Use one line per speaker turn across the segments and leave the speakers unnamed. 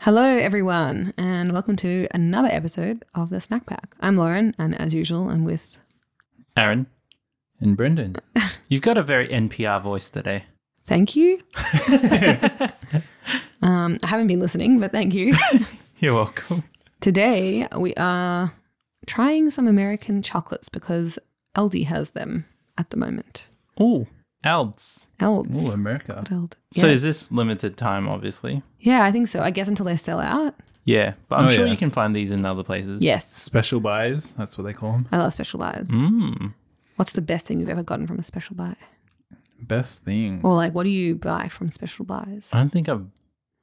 Hello, everyone, and welcome to another episode of the Snack Pack. I'm Lauren, and as usual, I'm with.
Aaron and Brendan. You've got a very NPR voice today.
Thank you. um, I haven't been listening, but thank you.
You're welcome.
Today, we are trying some American chocolates because Aldi has them at the moment.
Oh, Alds.
Alds.
Oh, America.
Eld.
So
Yes.
is this limited time, obviously?
Yeah, I think so. I guess until they sell out.
Yeah, but I'm
Oh,
sure
yeah.
you can find these in other places.
Yes.
Special buys, that's what they call them.
I love special buys.
Mm.
What's the best thing you've ever gotten from a special buy?
Best thing.
Or, like, what do you buy from special buys?
I don't think I've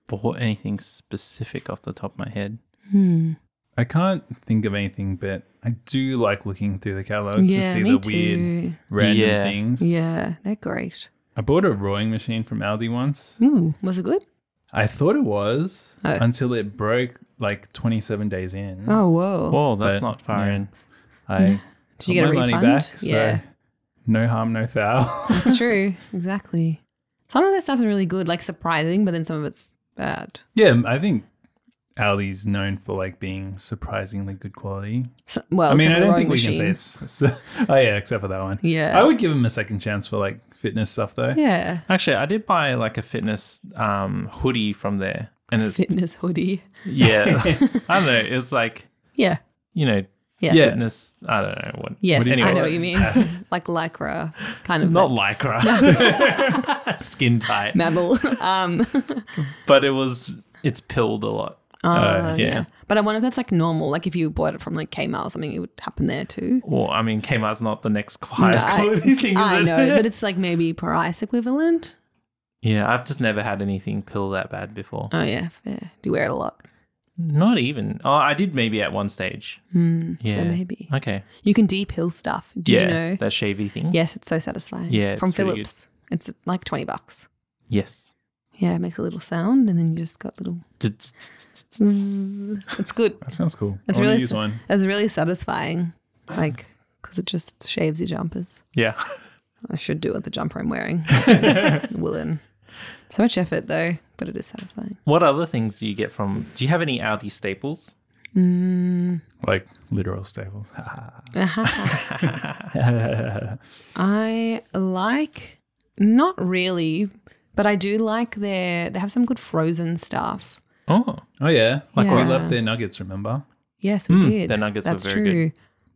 bought anything specific off the top of my head.
Hmm.
I can't think of anything, but I do like looking through the catalogs to see the weird,
too.
random
Yeah.
things.
Yeah, they're great.
I bought a rowing machine from Aldi once.
Ooh, was it good?
I thought it was
Oh.
until it broke like 27 days in.
Oh, whoa.
Whoa, that's
But,
not far
yeah.
in.
I
Did you get a
got my
refund?
money back, so
yeah,
no harm, no foul.
that's true. Exactly. Some of their stuff is really good, like surprising, but then some of it's bad.
yeah, I think Aldi's known for like being surprisingly good quality.
So, well,
I mean,
except
I
for the
don't
rowing
think we
machine.
can say it's, Oh. it's- Oh yeah, except for that one.
Yeah.
I would give him a second chance for like fitness stuff though.
yeah.
Actually, I did buy like a fitness um, hoodie from there. And it's,
Fitness hoodie.
yeah, I don't know. It was like,
Yeah.
you know,
Yeah.
Yeah.
fitness. I don't know what.
Yes,
Anyway.
I know what you mean. like lycra, kind of
Not
that
lycra, skin tight.
metal. um,
but it was it's pilled a lot.
uh, yeah.
yeah.
But I wonder if that's like normal. Like if you bought it from like Kmart or something, it would happen there too.
Well, I mean, Kmart's not the next highest
No, I-
quality thing, is
I
it?
know, but it's like maybe price equivalent.
yeah, I've just never had anything pill that bad before.
Oh yeah, fair. Do you wear it a lot?
Not even. Oh, I did maybe at one stage.
Hmm.
Yeah.
So maybe
Okay.
you can deep hill stuff. Did
yeah.
you know?
That shavy thing.
Yes, it's so satisfying.
Yeah, it's
from
really good.
Philips. It's like twenty bucks.
Yes.
Yeah, it makes a little sound, and then you just got little. Zzz. It's good.
That sounds cool.
That's
I want
really
to use
sa-
one.
It's really satisfying, like because it just shaves your jumpers.
Yeah.
I should do it with the jumper I'm wearing, which is woolen. So much effort though, but it is satisfying.
What other things do you get from? Do you have any Aldi staples?
Mm.
Like literal staples.
Uh-huh.
I like not really, but I do like their. They have some good frozen stuff.
Oh,
oh yeah. Like we
Yeah.
left their nuggets, remember?
Yes, we
Mm,
did.
their nuggets are
That's
very
true.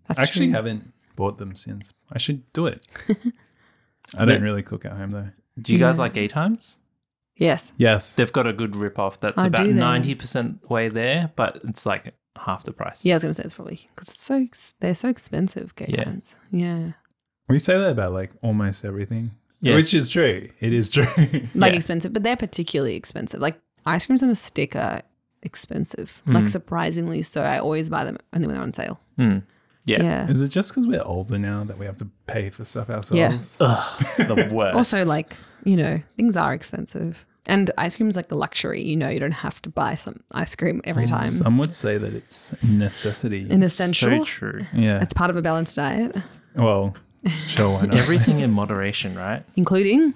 That's
I actually
true.
haven't bought them since. I should do it. I don't really cook at home though.
do you guys
Yeah.
like A times?
Yes.
Yes.
They've got a good rip off that's
Oh, do
about
they?
ninety percent way there, but it's like half the price.
Yeah, I was gonna say it's probably because it's so ex- they're so expensive. Gay
Yeah.
times. Yeah,
we say that about like almost everything.
Yeah.
Which is true. It is true.
like
Yeah.
expensive, but they're particularly expensive. Like ice creams on a stick are expensive.
Mm-hmm.
Like surprisingly so. I always buy them only when they're on sale.
Mm.
Yeah.
Yeah.
is it just because we're older now that we have to pay for stuff ourselves?
the worst.
Also, like you know, things are expensive, and ice cream is like a luxury. You know, you don't have to buy some ice cream every time.
Some would say that it's a necessity.
An
Mm, so
essential.
true.
yeah.
It's part of a balanced diet,
well, sure, why not?
Everything in moderation, right?
including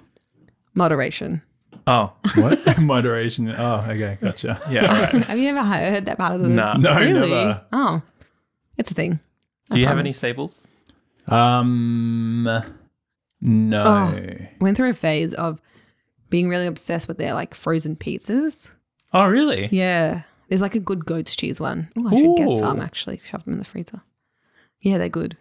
moderation.
Oh,
what? Moderation. Oh, okay. Gotcha.
yeah. All right.
Have you ever heard that part of the?
Nah.
No,
really?
never.
Oh, it's a thing.
Do you have
promise.
any staples?
Um, no.
Oh. went through a phase of being really obsessed with their like frozen pizzas.
Oh, really?
Yeah. There's like a good goat's cheese one. Oh, I should get
Ooh.
some actually. Shove them in the freezer. Yeah, they're good.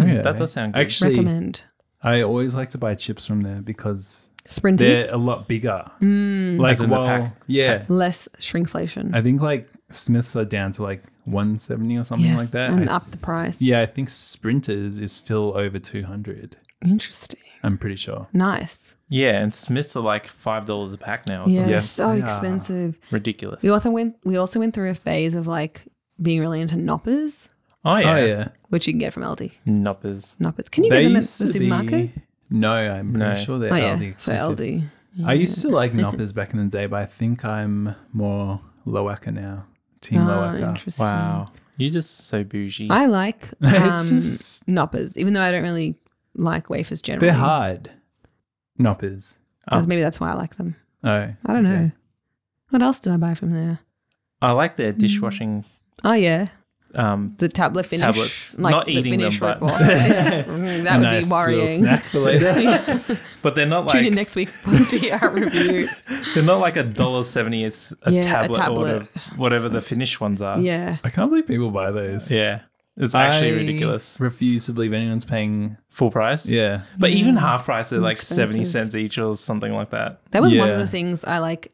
Okay.
That does sound good.
Actually,
Recommend.
Oh, I always like to buy chips from there because
Sprinties.
they're a lot bigger.
Mm,
Like
As in the
well,
pack-
yeah.
less shrinkflation.
I think like Smiths are down to like 170 or something
Yes,
like that.
And
I-
up the price.
yeah, I think Sprinters is still over 200.
Interesting.
I'm pretty sure.
Nice.
Yeah, and Smiths are like five dollars a pack now. Or
Yeah.
something.
Yes,
so
they are.
expensive.
Ridiculous.
We also went we also went through a phase of like being really into knoppers,
oh yeah.
Oh yeah.
which you can get from Aldi.
Noppers.
Knoppers. Can you get them at the supermarket?
be No, I'm pretty
No.
sure they're
oh yeah.
Aldi
so
exclusive.
Aldi.
I used to like Knoppers back in the day, but I think I'm more Loacker now. Team
Ah,
Loacker.
interesting.
Wow. You're just so bougie.
I like um,
It's just-
knoppers, even though I don't really like wafers generally.
They're hard. Knoppers.
Oh.
Maybe that's why I like them.
Oh.
I don't
okay.
know. What else do I buy from there?
I like
Mm.
their dishwashing
Oh yeah,
um,
the tablet finish.
Tablets.
Like
Not
the
eating them,
finish
but-
report. Yeah. Mm, that would
nice
be
little
worrying.
snack for later.
but they're not
Tune in
like
next week for the DR review.
they're not like a dollar seventy. It's a
Yeah, a
tablet, or
tablet.
whatever, whatever the finished ones are.
Yeah.
I can't believe people buy those.
Yeah. It's actually
I
ridiculous.
Refuse to believe anyone's paying.
Full price.
Yeah,
But even half price, they're like
expensive.
70 cents each or something like that.
That was one of
Yeah.
the things I like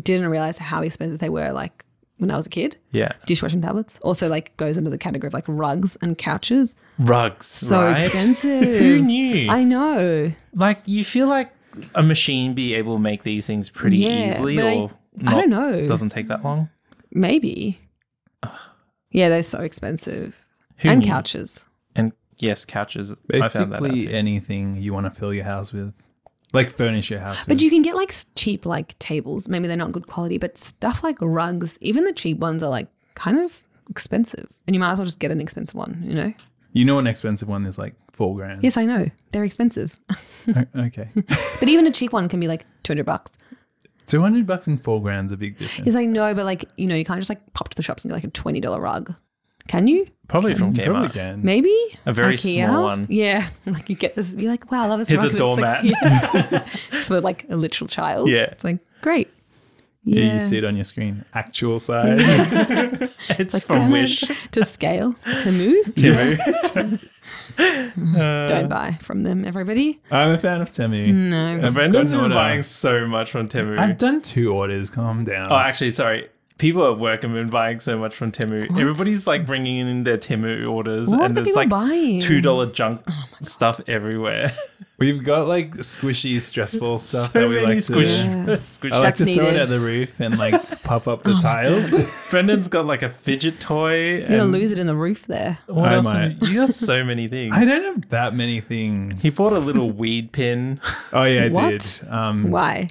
didn't realize how expensive they were like when I was a kid.
Yeah.
Dishwashing tablets also like goes under the category of like rugs and couches.
Rugs.
So
right?
expensive.
Who knew?
I know.
like, you feel like a machine be able to make these things pretty
Yeah,
easily
but I-
or
I
not-
don't know.
Doesn't take that long.
Maybe. Yeah, they're so expensive.
Who
and
knew?
couches.
And yes, couches. I found that out
basically
too.
anything you want to fill your house with, like furnish your
But
house.
Hmm.
with.
you can get like s- cheap like tables. Maybe they're not good quality, but stuff like rugs, even the cheap ones are like kind of expensive. And you might as well just get an expensive one, you know?
You know an expensive one is like four grand.
Yes, I know. They're expensive.
O- okay.
but even a cheap one can be like 200 bucks.
Two hundred bucks and four grand's a big difference.
He's like, no, but like, you know, you can't just like pop to the shops and get like a $20 rug. Can you?
Probably from
You probably
Kmart.
can.
Maybe?
A Mm. very
IKEA?
small one.
Yeah. Like you get this, you're like, wow, I love this
Here's
rug.
a
but it's
doormat.
Like, yeah. it's for like a literal child.
Yeah.
It's like, great.
Yeah. you see it on your screen. Actual size.
It's
Like,
from
damn it.
Wish.
to scale, to move.
Uh,
Don't buy from them, everybody.
I'm a fan of Temu.
No.
Mm. I've
Brendan's
gotten
been
order.
buying so much from Temu.
I've done two orders. Calm down.
Oh, actually, sorry. People at work have been buying so much from Temu. Everybody's like bringing in their Temu orders,
What
and
are
it's
people
like
buying? Oh
two dollar junk stuff everywhere.
We've got like squishy, stressful stuff
so
that we
many
like
squish.
to.
Yeah.
squish-
I like
That's
to throw it
needed. Oh
at the roof and like pop up the tiles.
Brendan's got like a fidget toy.
You're
and
going to lose it in the roof there.
What
I
else?
might.
have You you got so many things.
I don't have that many things.
he bought a little weed pin.
Oh yeah, I
What?
did. Um,
Why?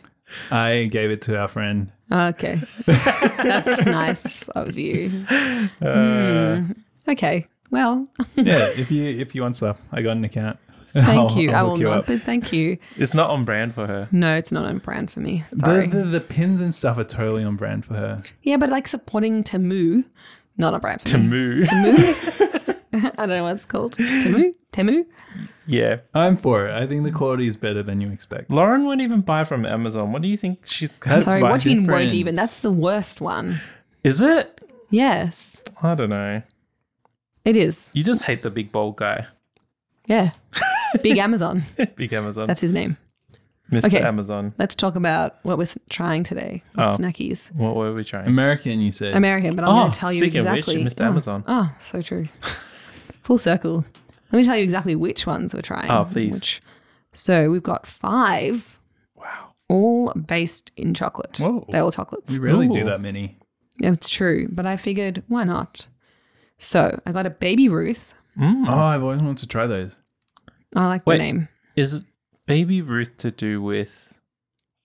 Ah,
I gave it to our friend.
Okay. That's nice of you.
Uh,
Hmm. Okay. Well,
Yeah, if you if you want stuff, I got an account.
thank you. I
hook
will
you
not,
up.
but thank you.
It's not on brand for her.
No, it's not on brand for me. Sorry.
The, the the pins and stuff are totally on brand for her.
yeah, but like supporting Temu, not on brand for me.
Temu.
I don't know what it's called. Temu? Temu?
yeah.
I'm for it. I think the quality is better than you expect.
Lauren won't even buy from Amazon. What do you think she's?
That's
Sorry,
my
what do you mean won't
difference.
even? That's the worst one.
Is it?
Yes,
I don't know.
it is.
You just hate the big bold guy,
Yeah. Big Amazon.
big Amazon,
That's his name.
Mr.
okay.
Amazon.
Let's talk about what we're s- trying today. What
Oh.
snackies?
What were we trying?
American, you said.
American, but I'm
Oh,
going to tell you
speaking of which,
exactly.
you missed
oh.
Amazon.
Oh, so true. Full circle. Let me tell you exactly which ones we're trying.
Oh, please.
Which, so we've got five.
Wow.
All based in chocolate.
Whoa.
They're all chocolates.
we really
Ooh.
do that many.
Yeah, It's true, but I figured why not? So I got a Baby Ruth.
Hmm.
Oh, I've always wanted to try those.
I like
Wait.
the name.
Is Baby Ruth to do with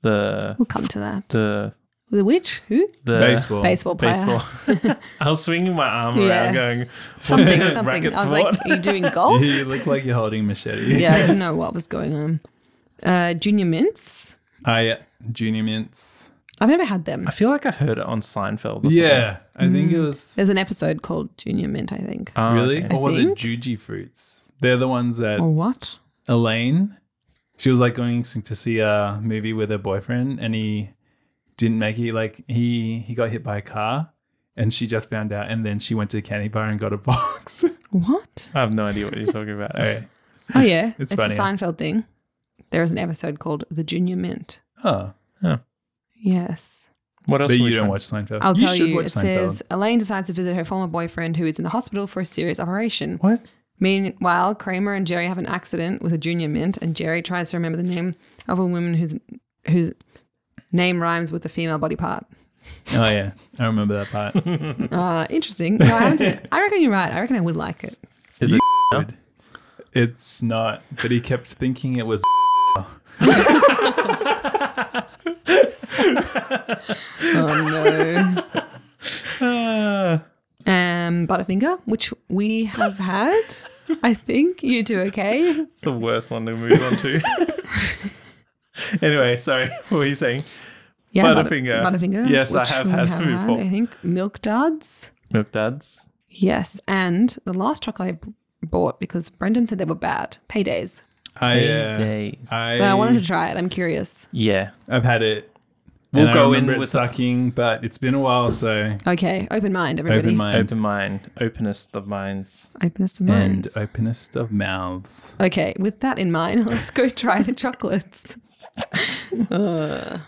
the
We'll come to that. The,
the
witch? Who?
the
Baseball.
Baseball player.
baseball? I was swinging my arm
Yeah.
around, going
Something,
"What
something. I
racket
was like,
sport?"
are you doing golf?
you look like you're holding machete.
yeah, I didn't know what was going on. Uh, junior mints.
I uh, junior mints.
I've never had them.
I feel like I've heard it on Seinfeld. Or
Yeah, I think it
Mm.
was
There's an episode called Junior Mint, I think.
something. Oh,
really,
okay.
or was
think. Oh.
it Juji fruits? They're the ones that
Or what?
Elaine. She was like going to see a movie with her boyfriend, and he didn't make it. Like he he got hit by a car, and she just found out. And then she went to a candy bar and got a box.
What?
I have no idea what you're talking about.
okay.
Oh, yeah. It's,
it's
a
funny.
Seinfeld thing. There is an episode called The Junior Mint.
Oh,
Yes.
What else?
but
were we
you don't
trying-
watch Seinfeld.
I'll
you
tell
should
you.
watch
It
Seinfeld.
says Elaine decides to visit her former boyfriend who is in the hospital for a serious operation.
what?
Meanwhile, Kramer and Jerry have an accident with a junior mint, and Jerry tries to remember the name of a woman whose whose name rhymes with a female body part.
Oh yeah, I remember that part.
Uh, interesting. No, I, haven't seen it. I reckon you're right. I reckon I would like it.
Is it?
Dude, it's not, but he kept thinking it was.
Oh
Uh,
no. Um, Butterfinger, which we have had. I think you do okay.
it's the worst one to move on to. anyway, sorry. What were you saying?
Yeah,
Butterfinger.
Butterfinger.
Yes, I
which
have
we
had before.
I think milk duds.
Milk duds.
Yes, and the last chocolate I b- bought because Brendan said they were bad. Paydays.
I,
Eight
uh,
days.
I,
So I wanted to try it. I'm curious.
yeah.
I've had it.
We'll
And I
go in
remember it
with-
sucking, but it's been a while, so
Okay, open mind, everybody.
open mind
Open mind. Openest of minds.
Openness of
and
mind.
openest of mouths.
okay, with that in mind, let's go try the chocolates. Ugh.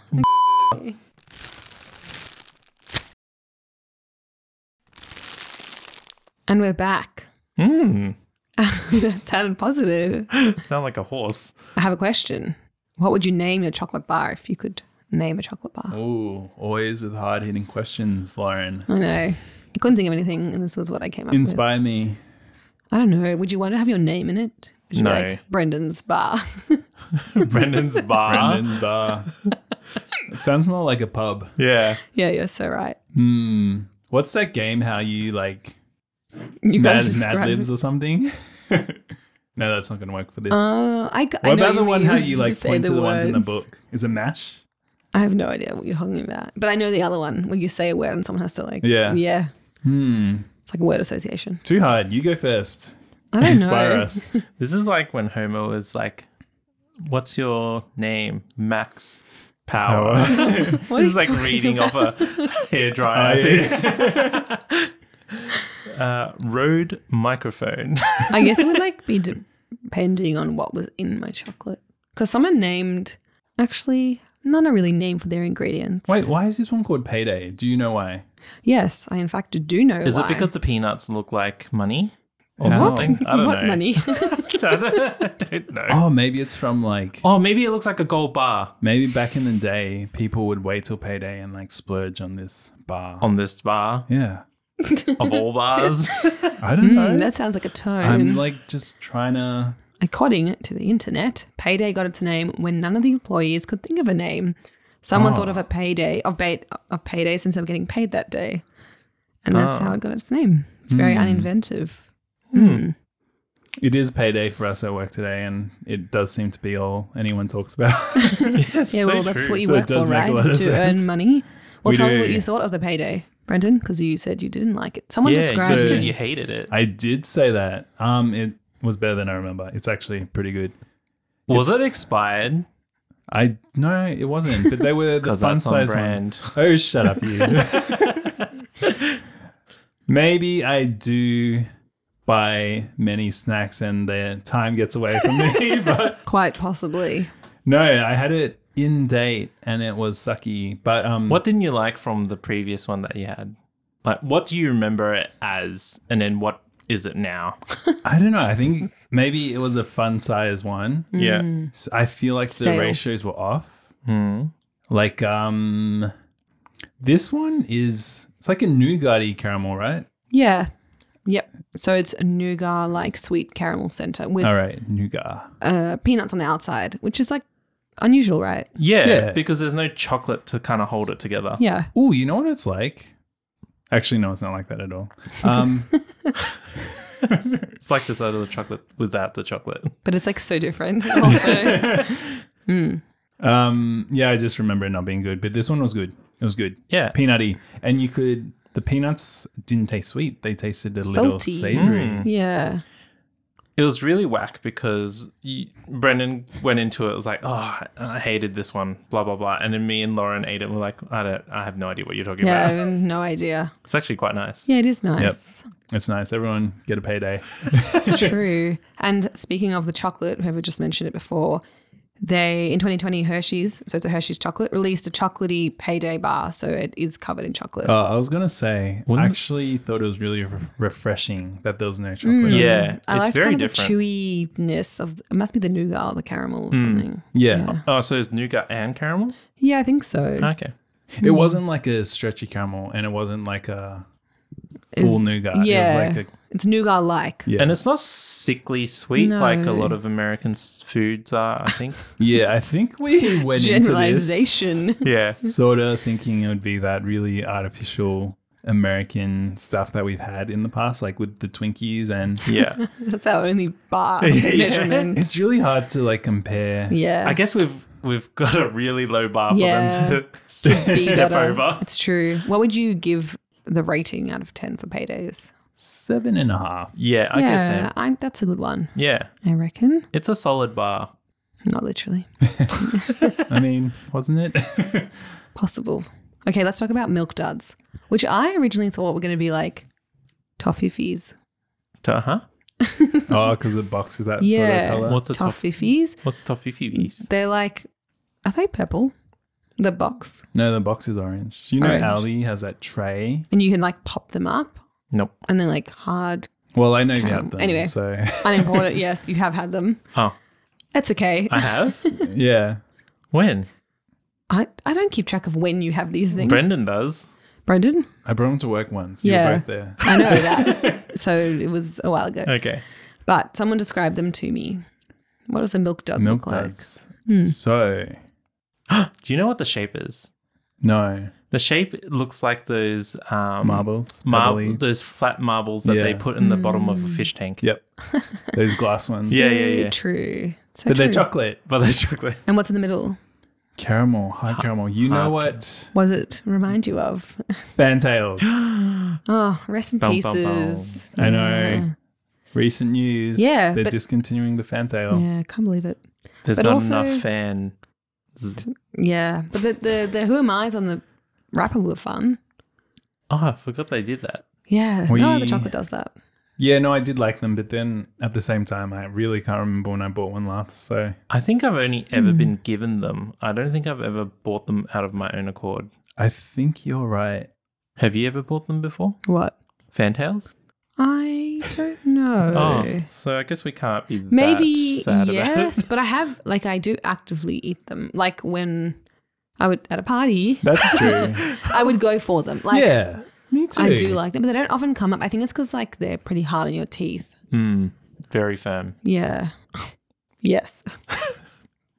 and we're back.
Mm.
that sounded positive.
Sound like a horse.
I have a question. What would you name your chocolate bar if you could name a chocolate bar?
Ooh, always with hard hitting questions, Lauren.
I know. I couldn't think of anything, and this was what I came up with.
Inspire me.
I don't know. Would you want to have your name in it? Would you be
No.
like Brendan's bar.
Brendan's bar.
Brendan's bar. It sounds more like a pub.
Yeah.
yeah, you're so right.
Hmm. What's that game? How you like
You gotta
Mad,
describe
Mad
it.
Libs or something? no, that's not going to work for this.
Uh, I, g- I
what
know
about the
you
one
mean.
how you like
say
point to the ones in the
words.
book? Is it mash?
I have no idea what you're talking about, but I know the other one where you say a word and someone has to like.
Yeah.
Yeah.
Hmm.
It's like a word association.
Too hard. You go first.
I don't
Inspire
know.
us.
This is like when Homer was like, "What's your name, Max Power?"
What
this is
are you
like
talking
reading
about?
off a tear dryer.
Oh,
I think. uh, Rode microphone.
I guess it would like be depending on what was in my chocolate, because someone named actually none are really named for their ingredients.
Wait, why is this one called Payday? Do you know why?
Yes, I in fact do know.
is
why.
it because the peanuts look like money? Or
what?
something? I don't
what
know.
money?
I don't know.
Oh, maybe it's from like
Oh, maybe it looks like a gold bar
maybe back in the day people would wait till payday and like splurge on this bar.
on this bar
yeah.
of all bars.
I don't know.
Mm, that sounds like a
I'm
tone.
like just trying to
According to the internet, Payday got its name when none of the employees could think of a name. Someone
Oh.
thought of a payday of, pay, of payday since they were getting paid that day, and that's
Oh.
Ah.
how it got its name. It's
Hmm.
very uninventive.
it is payday for us at work today and it does seem to be all anyone talks about.
Yeah,
So
well, that's
true.
what you
So it
work for,
does make a
right?
lot of
To earn
sense.
money. Well,
We
tell me what
do.
you thought of the payday, Brendan, because you said you didn't like it. Someone
yeah, you
described
said
it.
you hated it.
I did say that. Um it was better than I remember. It's actually pretty good.
Was
It's-
it expired?
I no, it wasn't. But they were the
'Cause
fun
that's on
size one.
brand.
Oh, shut up, you. Maybe I do buy many snacks and the time gets away from me. But
Quite possibly.
no, I had it in date and it was sucky. But um,
What didn't you like from the previous one that you had? Like, what do you remember it as, and then what is it now?
I don't know. I think maybe it was a fun size one.
Yeah.
Hmm.
S- I feel like
Stale.
the ratios were off.
Mm.
Like um, this one is it's like a nougaty caramel, right?
Yeah. Yep. So it's a nougat like sweet caramel center with
All right, nougat.
uh, peanuts on the outside, which is like unusual, right?
Yeah,
Yeah.
because there's no chocolate to kind of hold it together.
Yeah.
Ooh, you know what it's like? Actually, no, it's not like that at all. Um,
It's like this other chocolate without the chocolate.
But it's like so different. Also,
Um, yeah, I just remember it not being good, but this one was good. It was good.
Yeah.
Peanutty. And you could, the peanuts didn't taste sweet. They tasted a little
Salty. Hmm.
savory.
yeah.
It was really whack because you, Brendan went into it, was like, oh, I hated this one, blah, blah, blah. And then me and Lauren ate it. We're like, I don't, I have no idea what you're talking
Yeah. I
about.
have no idea.
It's actually quite nice.
Yeah, it is nice.
It's nice. Everyone get a payday.
It's true. And speaking of the chocolate, whoever just mentioned it before, they in 2020 Hershey's, so it's a Hershey's chocolate, released a chocolatey payday bar, so it is covered in chocolate.
Oh, I was going to say, I actually thought it was really re- refreshing that there was no chocolate.
Hmm. Yeah.
I
it's
like
very
kind of
different. Hmm.
the chewiness of it must be the nougat or the caramel or something.
Yeah.
Oh, so it's nougat and caramel?
Yeah, I think so.
Okay.
It
Hmm.
wasn't like a stretchy caramel and it wasn't like a
It
full
was-
nougat.
yeah.
It was like a,
It's nougat like.
yeah.
And it's not sickly sweet
No.
like a lot of American s- foods are, I think.
yeah, I think we went into this.
Generalization.
yeah.
sort of thinking it would be that really artificial American stuff that we've had in the past, like with the Twinkies, and
Yeah.
That's our only bar
Yeah.
measurement.
it's really hard to like compare.
Yeah.
I guess we've we've got a really low bar for
Yeah.
them to step,
Be
step
better.
over.
It's true. What would you give the rating out of 10 for paydays?
Seven and a half.
Yeah, I guess so.
I, that's a good one,
Yeah,
I reckon.
it's a solid bar.
Not literally.
I mean, wasn't it?
Possible. Okay, let's talk about milk duds, which I originally thought were going to be like toffee fees.
Uh huh.
oh, because it boxes that
Yeah.
sort of color.
What's a tough?
Toffee fees.
What's a toffee fees?
They're like, are they purple? The box.
No, the box is orange. You know,
Orange.
Ali has that tray.
And you can like pop them up
Nope.
and they're like hard,
Well, I know
Can't
about
remember.
them.
Anyway.
so
unimportant. yes, you have had them.
Oh,
It's okay.
I have.
yeah,
when
I, I don't keep track of when you have these things.
Brendan does.
Brendan?
I brought them to work once. You
Yeah.
were both there.
I know that. so it was a while ago.
Okay.
But someone described them to me. What does a milk dud
Milk
look like? Hmm.
duds. So
Do you know what the shape is?
no
The shape looks like those um,
marbles.
mar-
pebbly.
those flat marbles that they
Yeah.
put in the bottom of a fish tank.
Yep. Those glass ones.
Yeah, yeah,
So
yeah.
True. So
But they're
true.
chocolate.
But they're chocolate.
And what's in the middle?
Caramel, hard caramel. You know
hard
what?
What does it remind you of?
Fantails.
Oh, rest in
Bum, bum,
pieces.
I know. Recent news.
Yeah,
They're
but-
discontinuing the fantail.
Yeah, I can't believe it.
There's
But
not
also-
enough fan. Z-
Yeah. But the, the, the Who Am I's on the wrapper were fun.
Oh, I forgot they did that.
Yeah.
We-
No other chocolate does that.
Yeah, no, I did like them, but then at the same time, I really can't remember when I bought one last. So
I think I've only ever been given them. I don't think I've ever bought them out of my own accord.
I think you're right.
Have you ever bought them before?
What?
Fantails?
I don't know.
Oh, so I guess we can't be that
Maybe
sad about
yes,
it.
but I have like I do actively eat them. Like when I would at a party,
That's true.
I would go for them. Like
yeah, me too.
I do like them, but they don't often come up. I think it's because like they're pretty hard on your teeth.
Mm, very firm.
Yeah. yes.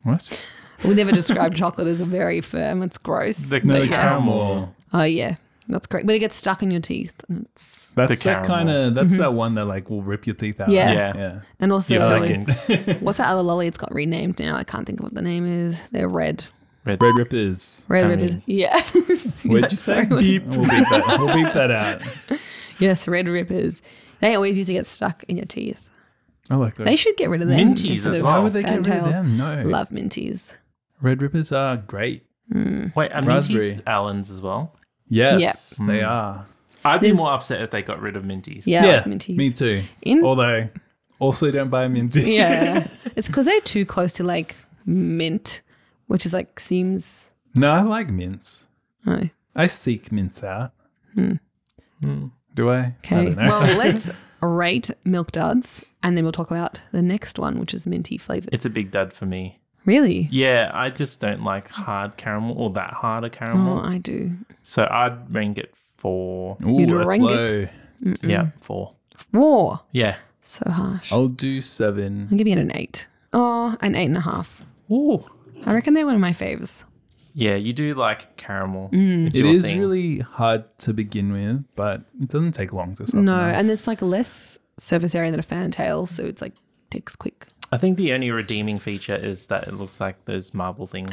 What?
We never describe chocolate as a very firm. It's gross.
The-
No,
The
the caramel.
caramel.
oh yeah, that's great. But it gets stuck in your teeth, and it's
That's
The
that kind of. That's that one that like will rip your teeth out.
Mm-hmm. Yeah.
Yeah.
and also
You're fucking
what's that other lolly? It's got renamed now. I can't think of what the name is. They're red,
red.
Red rippers.
red
I
ribbers.
mean-
yeah.
Where'd you say?
Sorry, what-
Beep. We'll beep that. We'll beep that out.
Yes, red rippers. They always used to get stuck in your teeth.
I like
They
those.
should get rid of them.
Minties
instead
as
of
well. Why
Would they get rid of
fantails.
them? No.
Love minties.
Red rippers are great.
Wait, are
Raspberry.
Minties Allen's as well?
Yes,
Yep.
they
Mm.
are.
I'd be
There's-
more upset if they got rid of Minties.
Yeah, I
yeah,
love minties.
me too.
In-
Although, also don't buy minty.
yeah, it's because they're too close to like mint, which is like seems.
no, I like mints.
Oh,
I seek mints out.
Mm.
Do I? I
Hmm. okay.
don't know.
Well, let's rate milk duds, and then we'll talk about the next one, which is minty flavored.
It's a big dud for me.
Really?
Yeah, I just don't like hard caramel or that hard a
Oh,
caramel.
I do.
So I'd rank it four.
you'd
Ooh, that's
rank
low.
it.
Yeah, four.
War.
Yeah.
So harsh.
I'll do seven.
I'm giving it an eight. Oh, an eight and a half.
Ooh.
I reckon they're one of my faves.
Yeah, you do like caramel. It's
It
your
is
thing.
really hard to begin with, but it doesn't take long to soften.
No,
up.
and it's like less surface area than a fantail, so it's like takes quick.
I think the only redeeming feature is that it looks like those marble things.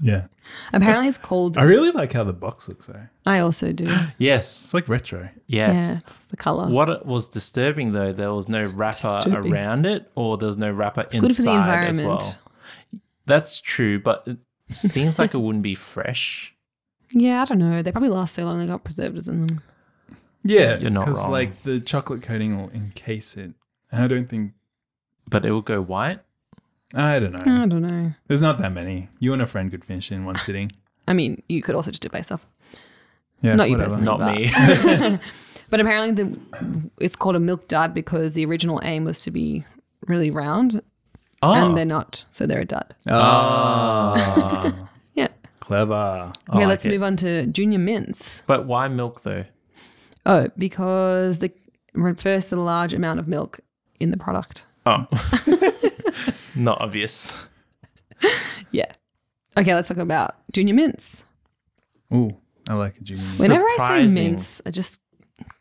yeah.
Apparently, it's called.
I really like how the box looks though.
I also do.
yes.
It's like retro.
Yeah,
Yes.
it's the color.
What it was disturbing though, there was no wrapper
Disturbing.
around it, or there was no wrapper inside
good for the
as well.
environment.
That's true, but it seems like it wouldn't be fresh.
Yeah, I don't know. They probably last so long they got preservatives in them.
Yeah,
You're not
because
wrong.
like the chocolate coating will encase it, and I don't think
But it will go white.
I don't know.
I don't know.
There's not that many. You and a friend could finish in one sitting.
I mean, you could also just do it by yourself,
Yeah,
Not you
whatever.
personally.
Not
But-
me.
but apparently the it's called a milk dud because the original aim was to be really round,
oh,
and they're not, so they're a dud.
Ah,
Yeah.
clever.
okay,
like
let's
it.
move on to junior mints.
but why milk though?
Oh, because the refers to the large amount of milk in the product.
Oh, not obvious.
Yeah. Okay, let's talk about junior mints.
Ooh, I like a junior. mint.
Whenever I say
Surprising.
mints, it just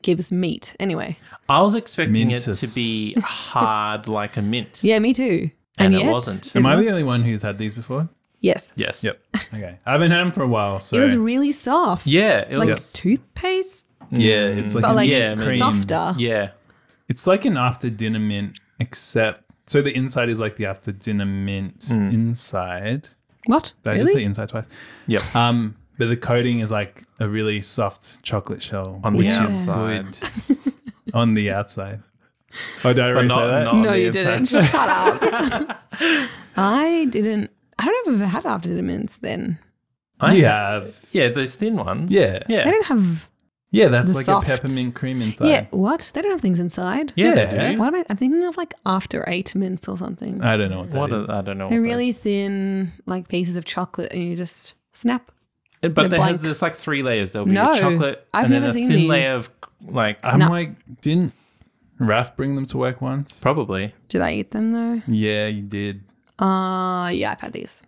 gives meat. Anyway,
I was expecting it
Mintus.
to be hard like a mint.
yeah, me too.
and,
And
it
yet-
wasn't.
It
Am I
was-
the only one who's had these before?
Yes.
Yes.
Okay. I haven't had them for a while. So
It was really soft.
Yeah. It
Like
was.
toothpaste,
yeah, it's like
but
an-
like
Mm. yeah, I mean-
softer.
Yeah.
it's like an after dinner mint, except so the inside is like the after dinner mint
Mm.
inside.
What?
Did I
really?
just say inside twice?
Yep.
Um, but the coating is like a really soft chocolate shell
On the
which is
outside.
good on the outside. Oh, did I already
not-
say that?
not- on
no,
the
you didn't. Shut up. I didn't. I don't know if I've ever had after dinner mints then.
I
You have.
Yeah, those thin ones.
Yeah.
They
Yeah.
don't have.
Yeah, that's
The
like
soft.
a peppermint cream
Yeah,
inside.
what? They don't have things inside.
Yeah,
Yeah.
they do.
What am I? I'm thinking of like after eight mints or something.
I don't know what that
What uh,
is.
is, I don't know.
They're
what they-
really thin, like pieces of chocolate, and you just snap.
It- but
the
there has
blank-
there's like three layers. There'll be
No,
a chocolate
I've
and then
never
a
seen
thin
these.
layer of like
I'm
No.
like, didn't Raf bring them to work once?
probably.
Did I eat them though?
Yeah, you did.
Uh, yeah, I've had these.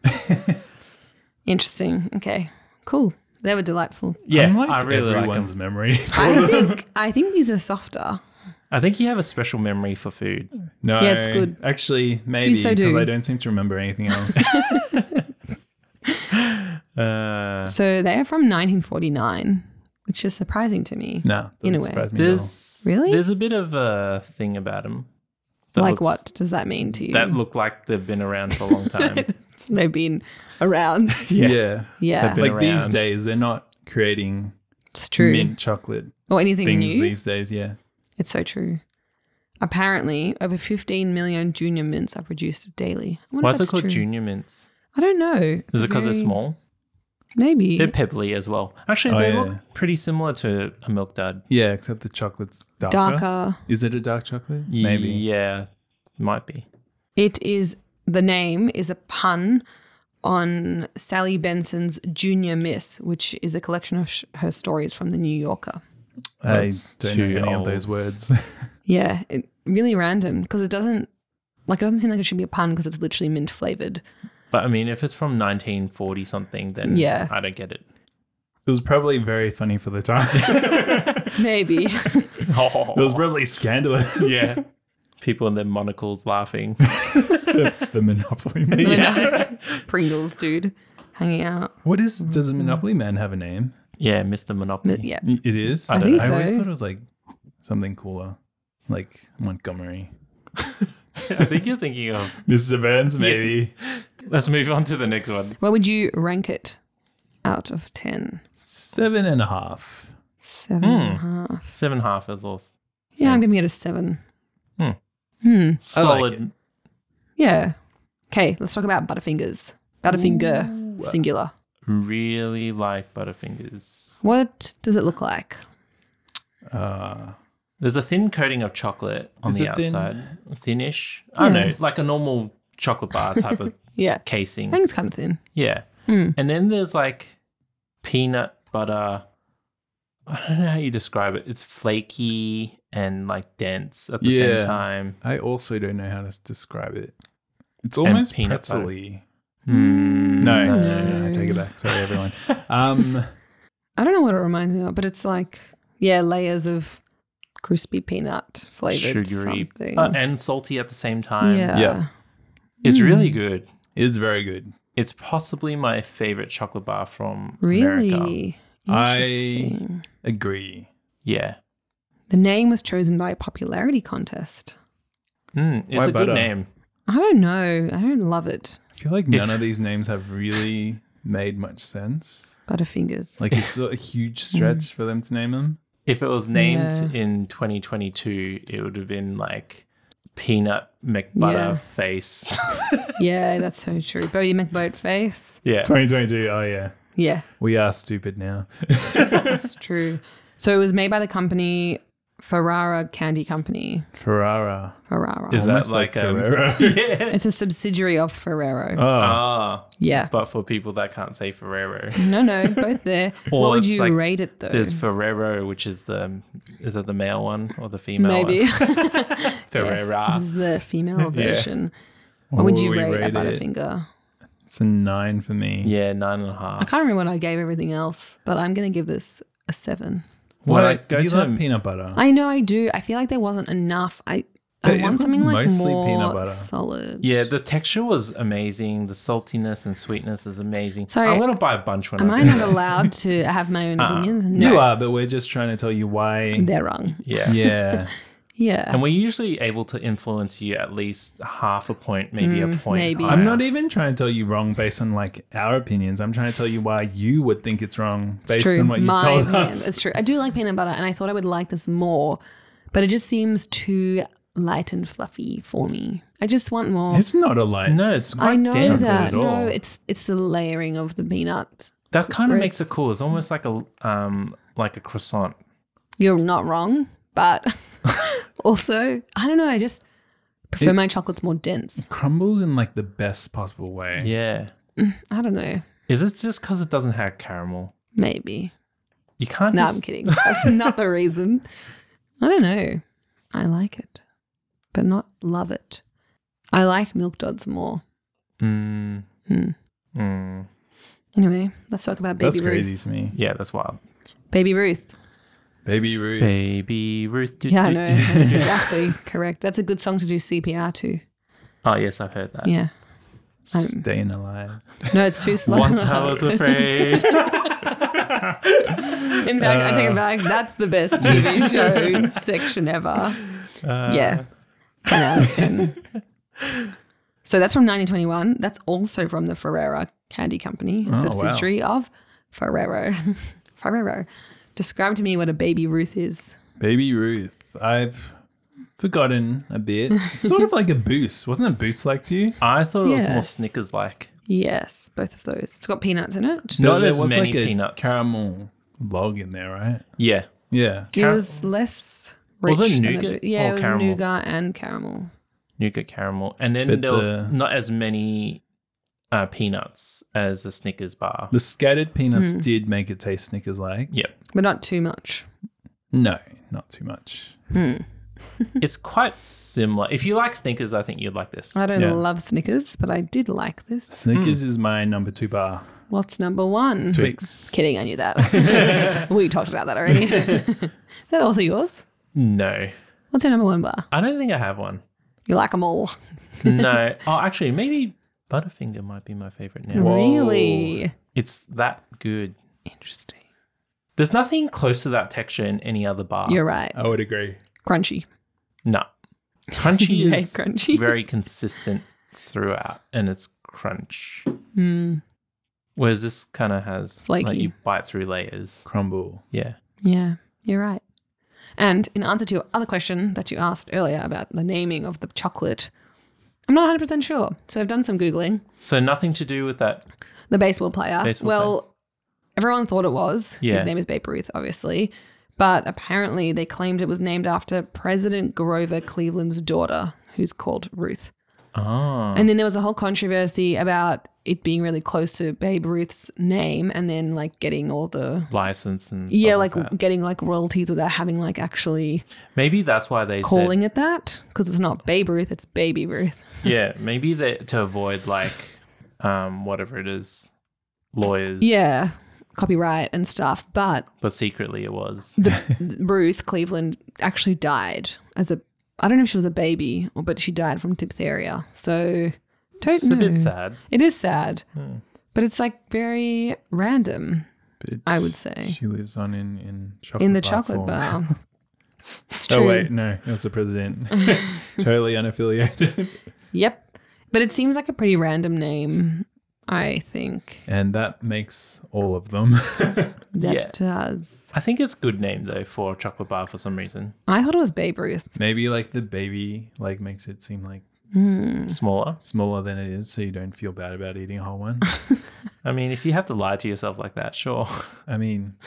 Interesting. Okay, cool. They were delightful.
Yeah,
Unlike
I really like
everyone's
them.
memory.
I think I think these are softer.
I think you have a special memory for food.
no,
Yeah, it's good.
Actually, maybe
so do.
because I don't seem to remember anything else.
Uh,
So they are from 1949, which is surprising to me.
no,
In a
doesn't
way.
surprise me at all.
there's
Really?
there's a bit of a thing about them.
like, what does that mean to you?
That look like they've been around for a long time.
They've been around.
Yeah,
yeah,
been
like these
around.
days, they're not creating
it's true.
mint chocolate
or anything
things
new.
these days. Yeah,
It's so true. Apparently, over 15 million junior mints are produced daily. I wonder
Why
if
is it
that's
called
true.
Junior Mints?
I don't know. It's
Is
a
it because they're
very-
small?
Maybe.
They're pebbly as well. Actually,
Oh,
they
yeah.
look pretty similar to a milk dud.
yeah. Except the chocolate's darker.
Darker.
Is it a dark chocolate? Maybe.
Yeah, might be.
It is, the name is a pun on Sally Benson's Junior Miss, which is a collection of sh- her stories from The New Yorker.
I
That's
don't know
too
any of those
old.
words.
Yeah, it, really random because it doesn't, like, it doesn't seem like it should be a pun because it's literally mint flavored.
But I mean, if it's from 1940 something, then
Yeah.
I don't get it.
It was probably very funny for the time.
Maybe.
Oh,
It was probably scandalous.
yeah. People in their monocles laughing.
the Monopoly Man.
Pringles, dude, hanging out.
What is? Does the Monopoly Man have a name?
Yeah, Mr. Monopoly.
But yeah.
It is.
I think
I always
so.
thought it was like something cooler, like Montgomery.
I think you're thinking of.
Mr. Burns, maybe
Let's move on to the next one.
Where would you rank it out of 10?
seven and a half.
Seven and a half.
Seven half is all
Yeah, I'm giving it a seven.
Hmm.
Hmm.
solid.
like
Yeah. Okay, let's talk about Butterfingers. Butterfinger, singular.
Really like Butterfingers.
What does it look like?
Uh,
There's a thin coating of chocolate on
Is
the
it thin?
outside. Thinnish. I don't
Yeah.
know, like a normal chocolate bar type of
Yeah. I
casing.
think it's kind of thin.
Yeah.
Hmm.
And then there's like peanut butter. I don't know how you describe it. It's flaky and like dense at the
Yeah.
same time.
I also don't know how to s- describe it. It's
And
almost
peanut butter.
pretzely.
Mm,
Hmm. No.
No, no, no, no, I take it back. Sorry, everyone. Um,
I don't know what it reminds me of, but it's like, yeah, layers of crispy peanut flavored
Sugary
something.
uh, and salty at the same time.
yeah. Mm.
Yeah.
It's really good.
it's very good.
It's possibly my favorite chocolate bar from America.
Really?
I-
Interesting.
Agree.
Yeah.
The name was chosen by a popularity contest.
Mm, it's
Why
a
butter?
good name.
I don't know. I don't love it.
I feel like none of these names have really made much sense.
Butterfingers.
Like it's a huge
Hmm.
stretch for them to name them.
If it was named
Yeah.
in 2022, it would have been like peanut McButter
Yeah.
face.
yeah, that's so true. Bodie McBoat face.
yeah.
2022. Oh yeah,
Yeah,
we are stupid now.
that's true. So it was made by the company Ferrara Candy Company.
Ferrara.
Ferrara.
Is that
Almost
like,
like
um,
Ferrero.
yeah.
it's a subsidiary of Ferrero.
Oh,
Ah,
yeah.
but for people that can't say Ferrero,
No, no, both there.
Or
what would
it's
you
like-
rate it though?
there's Ferrero, which is the is that the male one or the female?
Maybe.
one?
Yes,
Ferrera.
this is the female version. What would you rate, a Butterfinger?
It's a nine for me.
Yeah, nine and a
I
half.
can't remember what I gave everything else, but I'm going to give this a seven.
What?
Well, I go
you
to-
love peanut butter.
I know I do. I feel like there wasn't enough. I I
It
want
was
something like
mostly
more
peanut butter.
solid.
Yeah, the texture was amazing. The saltiness and sweetness is amazing.
Sorry,
I'm gonna buy a bunch when
Am
I
I
do
not
that.
allowed to have my own
Uh-uh.
opinions?
Uh, You
No,
are, but we're just trying to tell you why.
they're wrong.
Yeah.
Yeah.
Yeah.
And we're usually able to influence you at least half a point, maybe a point.
Mm, maybe.
higher.
I'm not even trying to tell you wrong based on like our opinions. I'm trying to tell you why you would think it's wrong based on what you
My
told
opinion.
us.
It's true. I do like peanut butter, and I thought I would like this more, but it just seems too light and fluffy for me. I just want more.
It's not a lie.
No, it's quite
I know
dense.
that.
at all.
No, it's it's the layering of the peanut.
That kind of
Whereas-
makes it cool. It's almost like a um like a croissant.
You're not wrong, but also I don't know. I just prefer
It-
my chocolates more dense.
Crumbles in like the best possible way.
Yeah.
I don't know.
Is it just because it doesn't have caramel?
Maybe.
You can't.
No,
just-
I'm kidding. That's not the reason. I don't know. I like it, but not love it. I like milk duds more.
Mm,
Hmm.
mm.
Anyway, let's talk about Baby
That's
Ruth.
crazy to me.
Yeah, that's wild.
Baby Ruth.
Baby Ruth.
Baby Ruth. do-
Yeah, I
do-
know.
do-
That's exactly correct. That's a good song to do CPR to.
Oh yes, I've heard that.
Yeah. I'm-
Staying alive.
No, it's too slow.
Once I was afraid.
In fact, I take
Uh.
it back. That's the best TV show section ever.
Uh.
yeah. 10 out of 10. so that's from 1921. That's also from the Ferrera Candy Company,
Oh,
a
wow.
subsidiary of Ferrero. Ferrero. Describe to me what a baby Ruth is.
Baby Ruth. I've forgotten a bit. It's sort of like a boost. Wasn't a boost like to you?
I thought it was more
Yes.
Snickers like.
Yes, both of those. It's got peanuts in it.
Not
there
as
was
many
like a
peanuts.
caramel log in there, right?
Yeah.
Yeah.
it
Car-
was less rich.
Was it
than
nougat
boo- yeah,
or
it was
caramel?
nougat and caramel.
nougat caramel, and then
But
there
the-
was not as many uh, peanuts as the Snickers bar.
The scattered peanuts did make it taste Snickers like.
Yep,
But not too much.
No, not too much.
it's quite similar. If you like Snickers, I think you'd like this.
I don't
Yeah.
love Snickers, but I did like this.
Snickers is my number two bar.
What's number one?
Twix.
Kidding, I knew that. we talked about that already. Is that also yours?
No,
What's your number one bar?
I don't think I have one.
You like them all.
No. oh, actually, maybe Butterfinger might be my favorite now.
Whoa.
Really?
It's that good.
Interesting.
There's nothing close to that texture in any other bar.
You're right.
I would agree.
Crunchy.
No. Crunchy
You hate
is
crunchy.
very consistent throughout, and it's crunch. Whereas this kind of has like
Hmm. Flaky.
you bite through layers.
Crumble.
Yeah.
Yeah, you're right. And in answer to your other question that you asked earlier about the naming of the chocolate, I'm not 100% sure. So I've done some Googling.
So nothing to do with that.
The baseball player.
Baseball
well, everyone thought it was.
Yeah.
His name is Babe Ruth, obviously. But apparently they claimed it was named after President Grover Cleveland's daughter, who's called Ruth.
Oh.
And then there was a whole controversy about it being really close to Babe Ruth's name and then like getting all the
license and
yeah,
stuff
like
that.
getting like royalties without having like actually
maybe that's why they
calling it that because it's not Babe Ruth, it's Baby Ruth.
said yeah maybe they to avoid like um whatever it is lawyers
Yeah, copyright and stuff. But
but secretly it was
Ruth Cleveland actually died as a I don't know if she was a baby or but she died from diphtheria. So Hmm. don't
it's
know.
a bit sad
It is sad. But it's like very random
But
I would say.
She lives on in, in chocolate.
in the
bar
chocolate
form.
bar. It's
Oh,
true.
wait. No, that's the president. totally unaffiliated.
Yep. But it seems like a pretty random name, I think.
And that makes all of them.
That
Yeah.
does.
i think it's good name though for a chocolate bar for some reason
I thought it was Babe Ruth.
Maybe like the baby like makes it seem like
Hmm.
smaller
smaller than it is so you don't feel bad about eating a whole one.
i mean if you have to lie to yourself like that sure
I mean,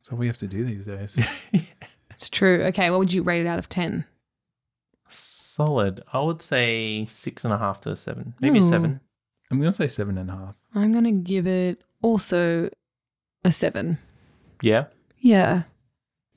that's what we have to do these days.
It's true. Okay, what would you rate it out of ten?
solid i would say six and a half to a seven maybe
Hmm.
seven
I'm going to say seven and a half.
I'm gonna give it also a seven.
yeah
Yeah.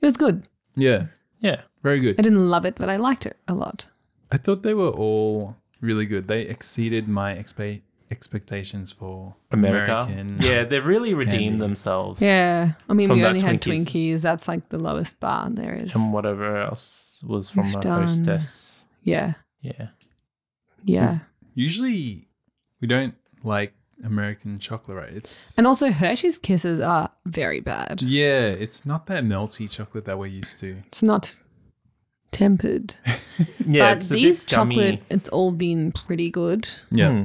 It was good.
Yeah.
yeah
Very good.
I didn't love it, but I liked it a lot.
I thought they were all really good. They exceeded my expe- expectations for
america
American.
yeah they've really redeemed
Candy.
themselves
Yeah. I mean,
From
we
that
only had
Twinkies.
Twinkies. That's like the lowest bar there is.
and whatever else was from
We've
the
done-
hostess
Yeah.
Yeah.
Yeah.
Usually, we don't like American chocolate, right? It's
And also, Hershey's kisses are very bad.
yeah, it's not that melty chocolate that we're used to.
It's not tempered.
Yeah.
but
it's a bit
these
gummy.
chocolate, it's all been pretty good.
Yeah,
Hmm.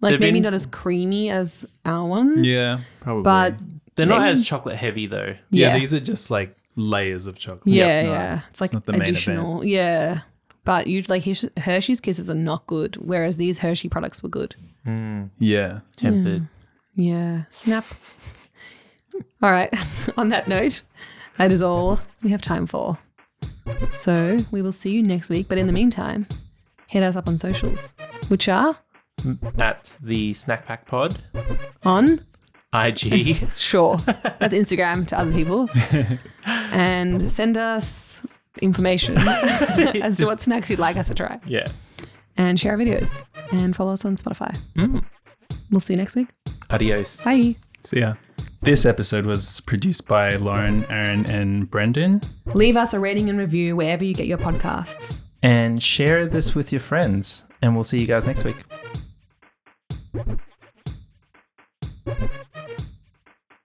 Like
They've
maybe
been-
not as creamy as our ones.
yeah, probably.
But
They're not
They-
as chocolate heavy though.
yeah,
yeah.
these are just like layers of chocolate.
Yeah, yeah.
not-
It's, like
not the main event.
additional. yeah. But you like Hersh- Hershey's kisses are not good, whereas these Hershey products were good.
Mm,
Yeah,
tempered.
Yeah. Snap. all right. On that note, that is all we have time for. So we will see you next week. But in the meantime, hit us up on socials, which are
At the snack pack pod,
on
IG.
Sure. That's Instagram to other people. and send us information as to what snacks you'd like us to try.
yeah.
And share our videos. And follow us on Spotify. We'll see you next week.
Adios.
Bye.
so yeah, this episode was produced by Lauren, Aaron, and Brendan.
Leave us a rating and review wherever you get your podcasts.
And share this with your friends. And we'll see you guys next week.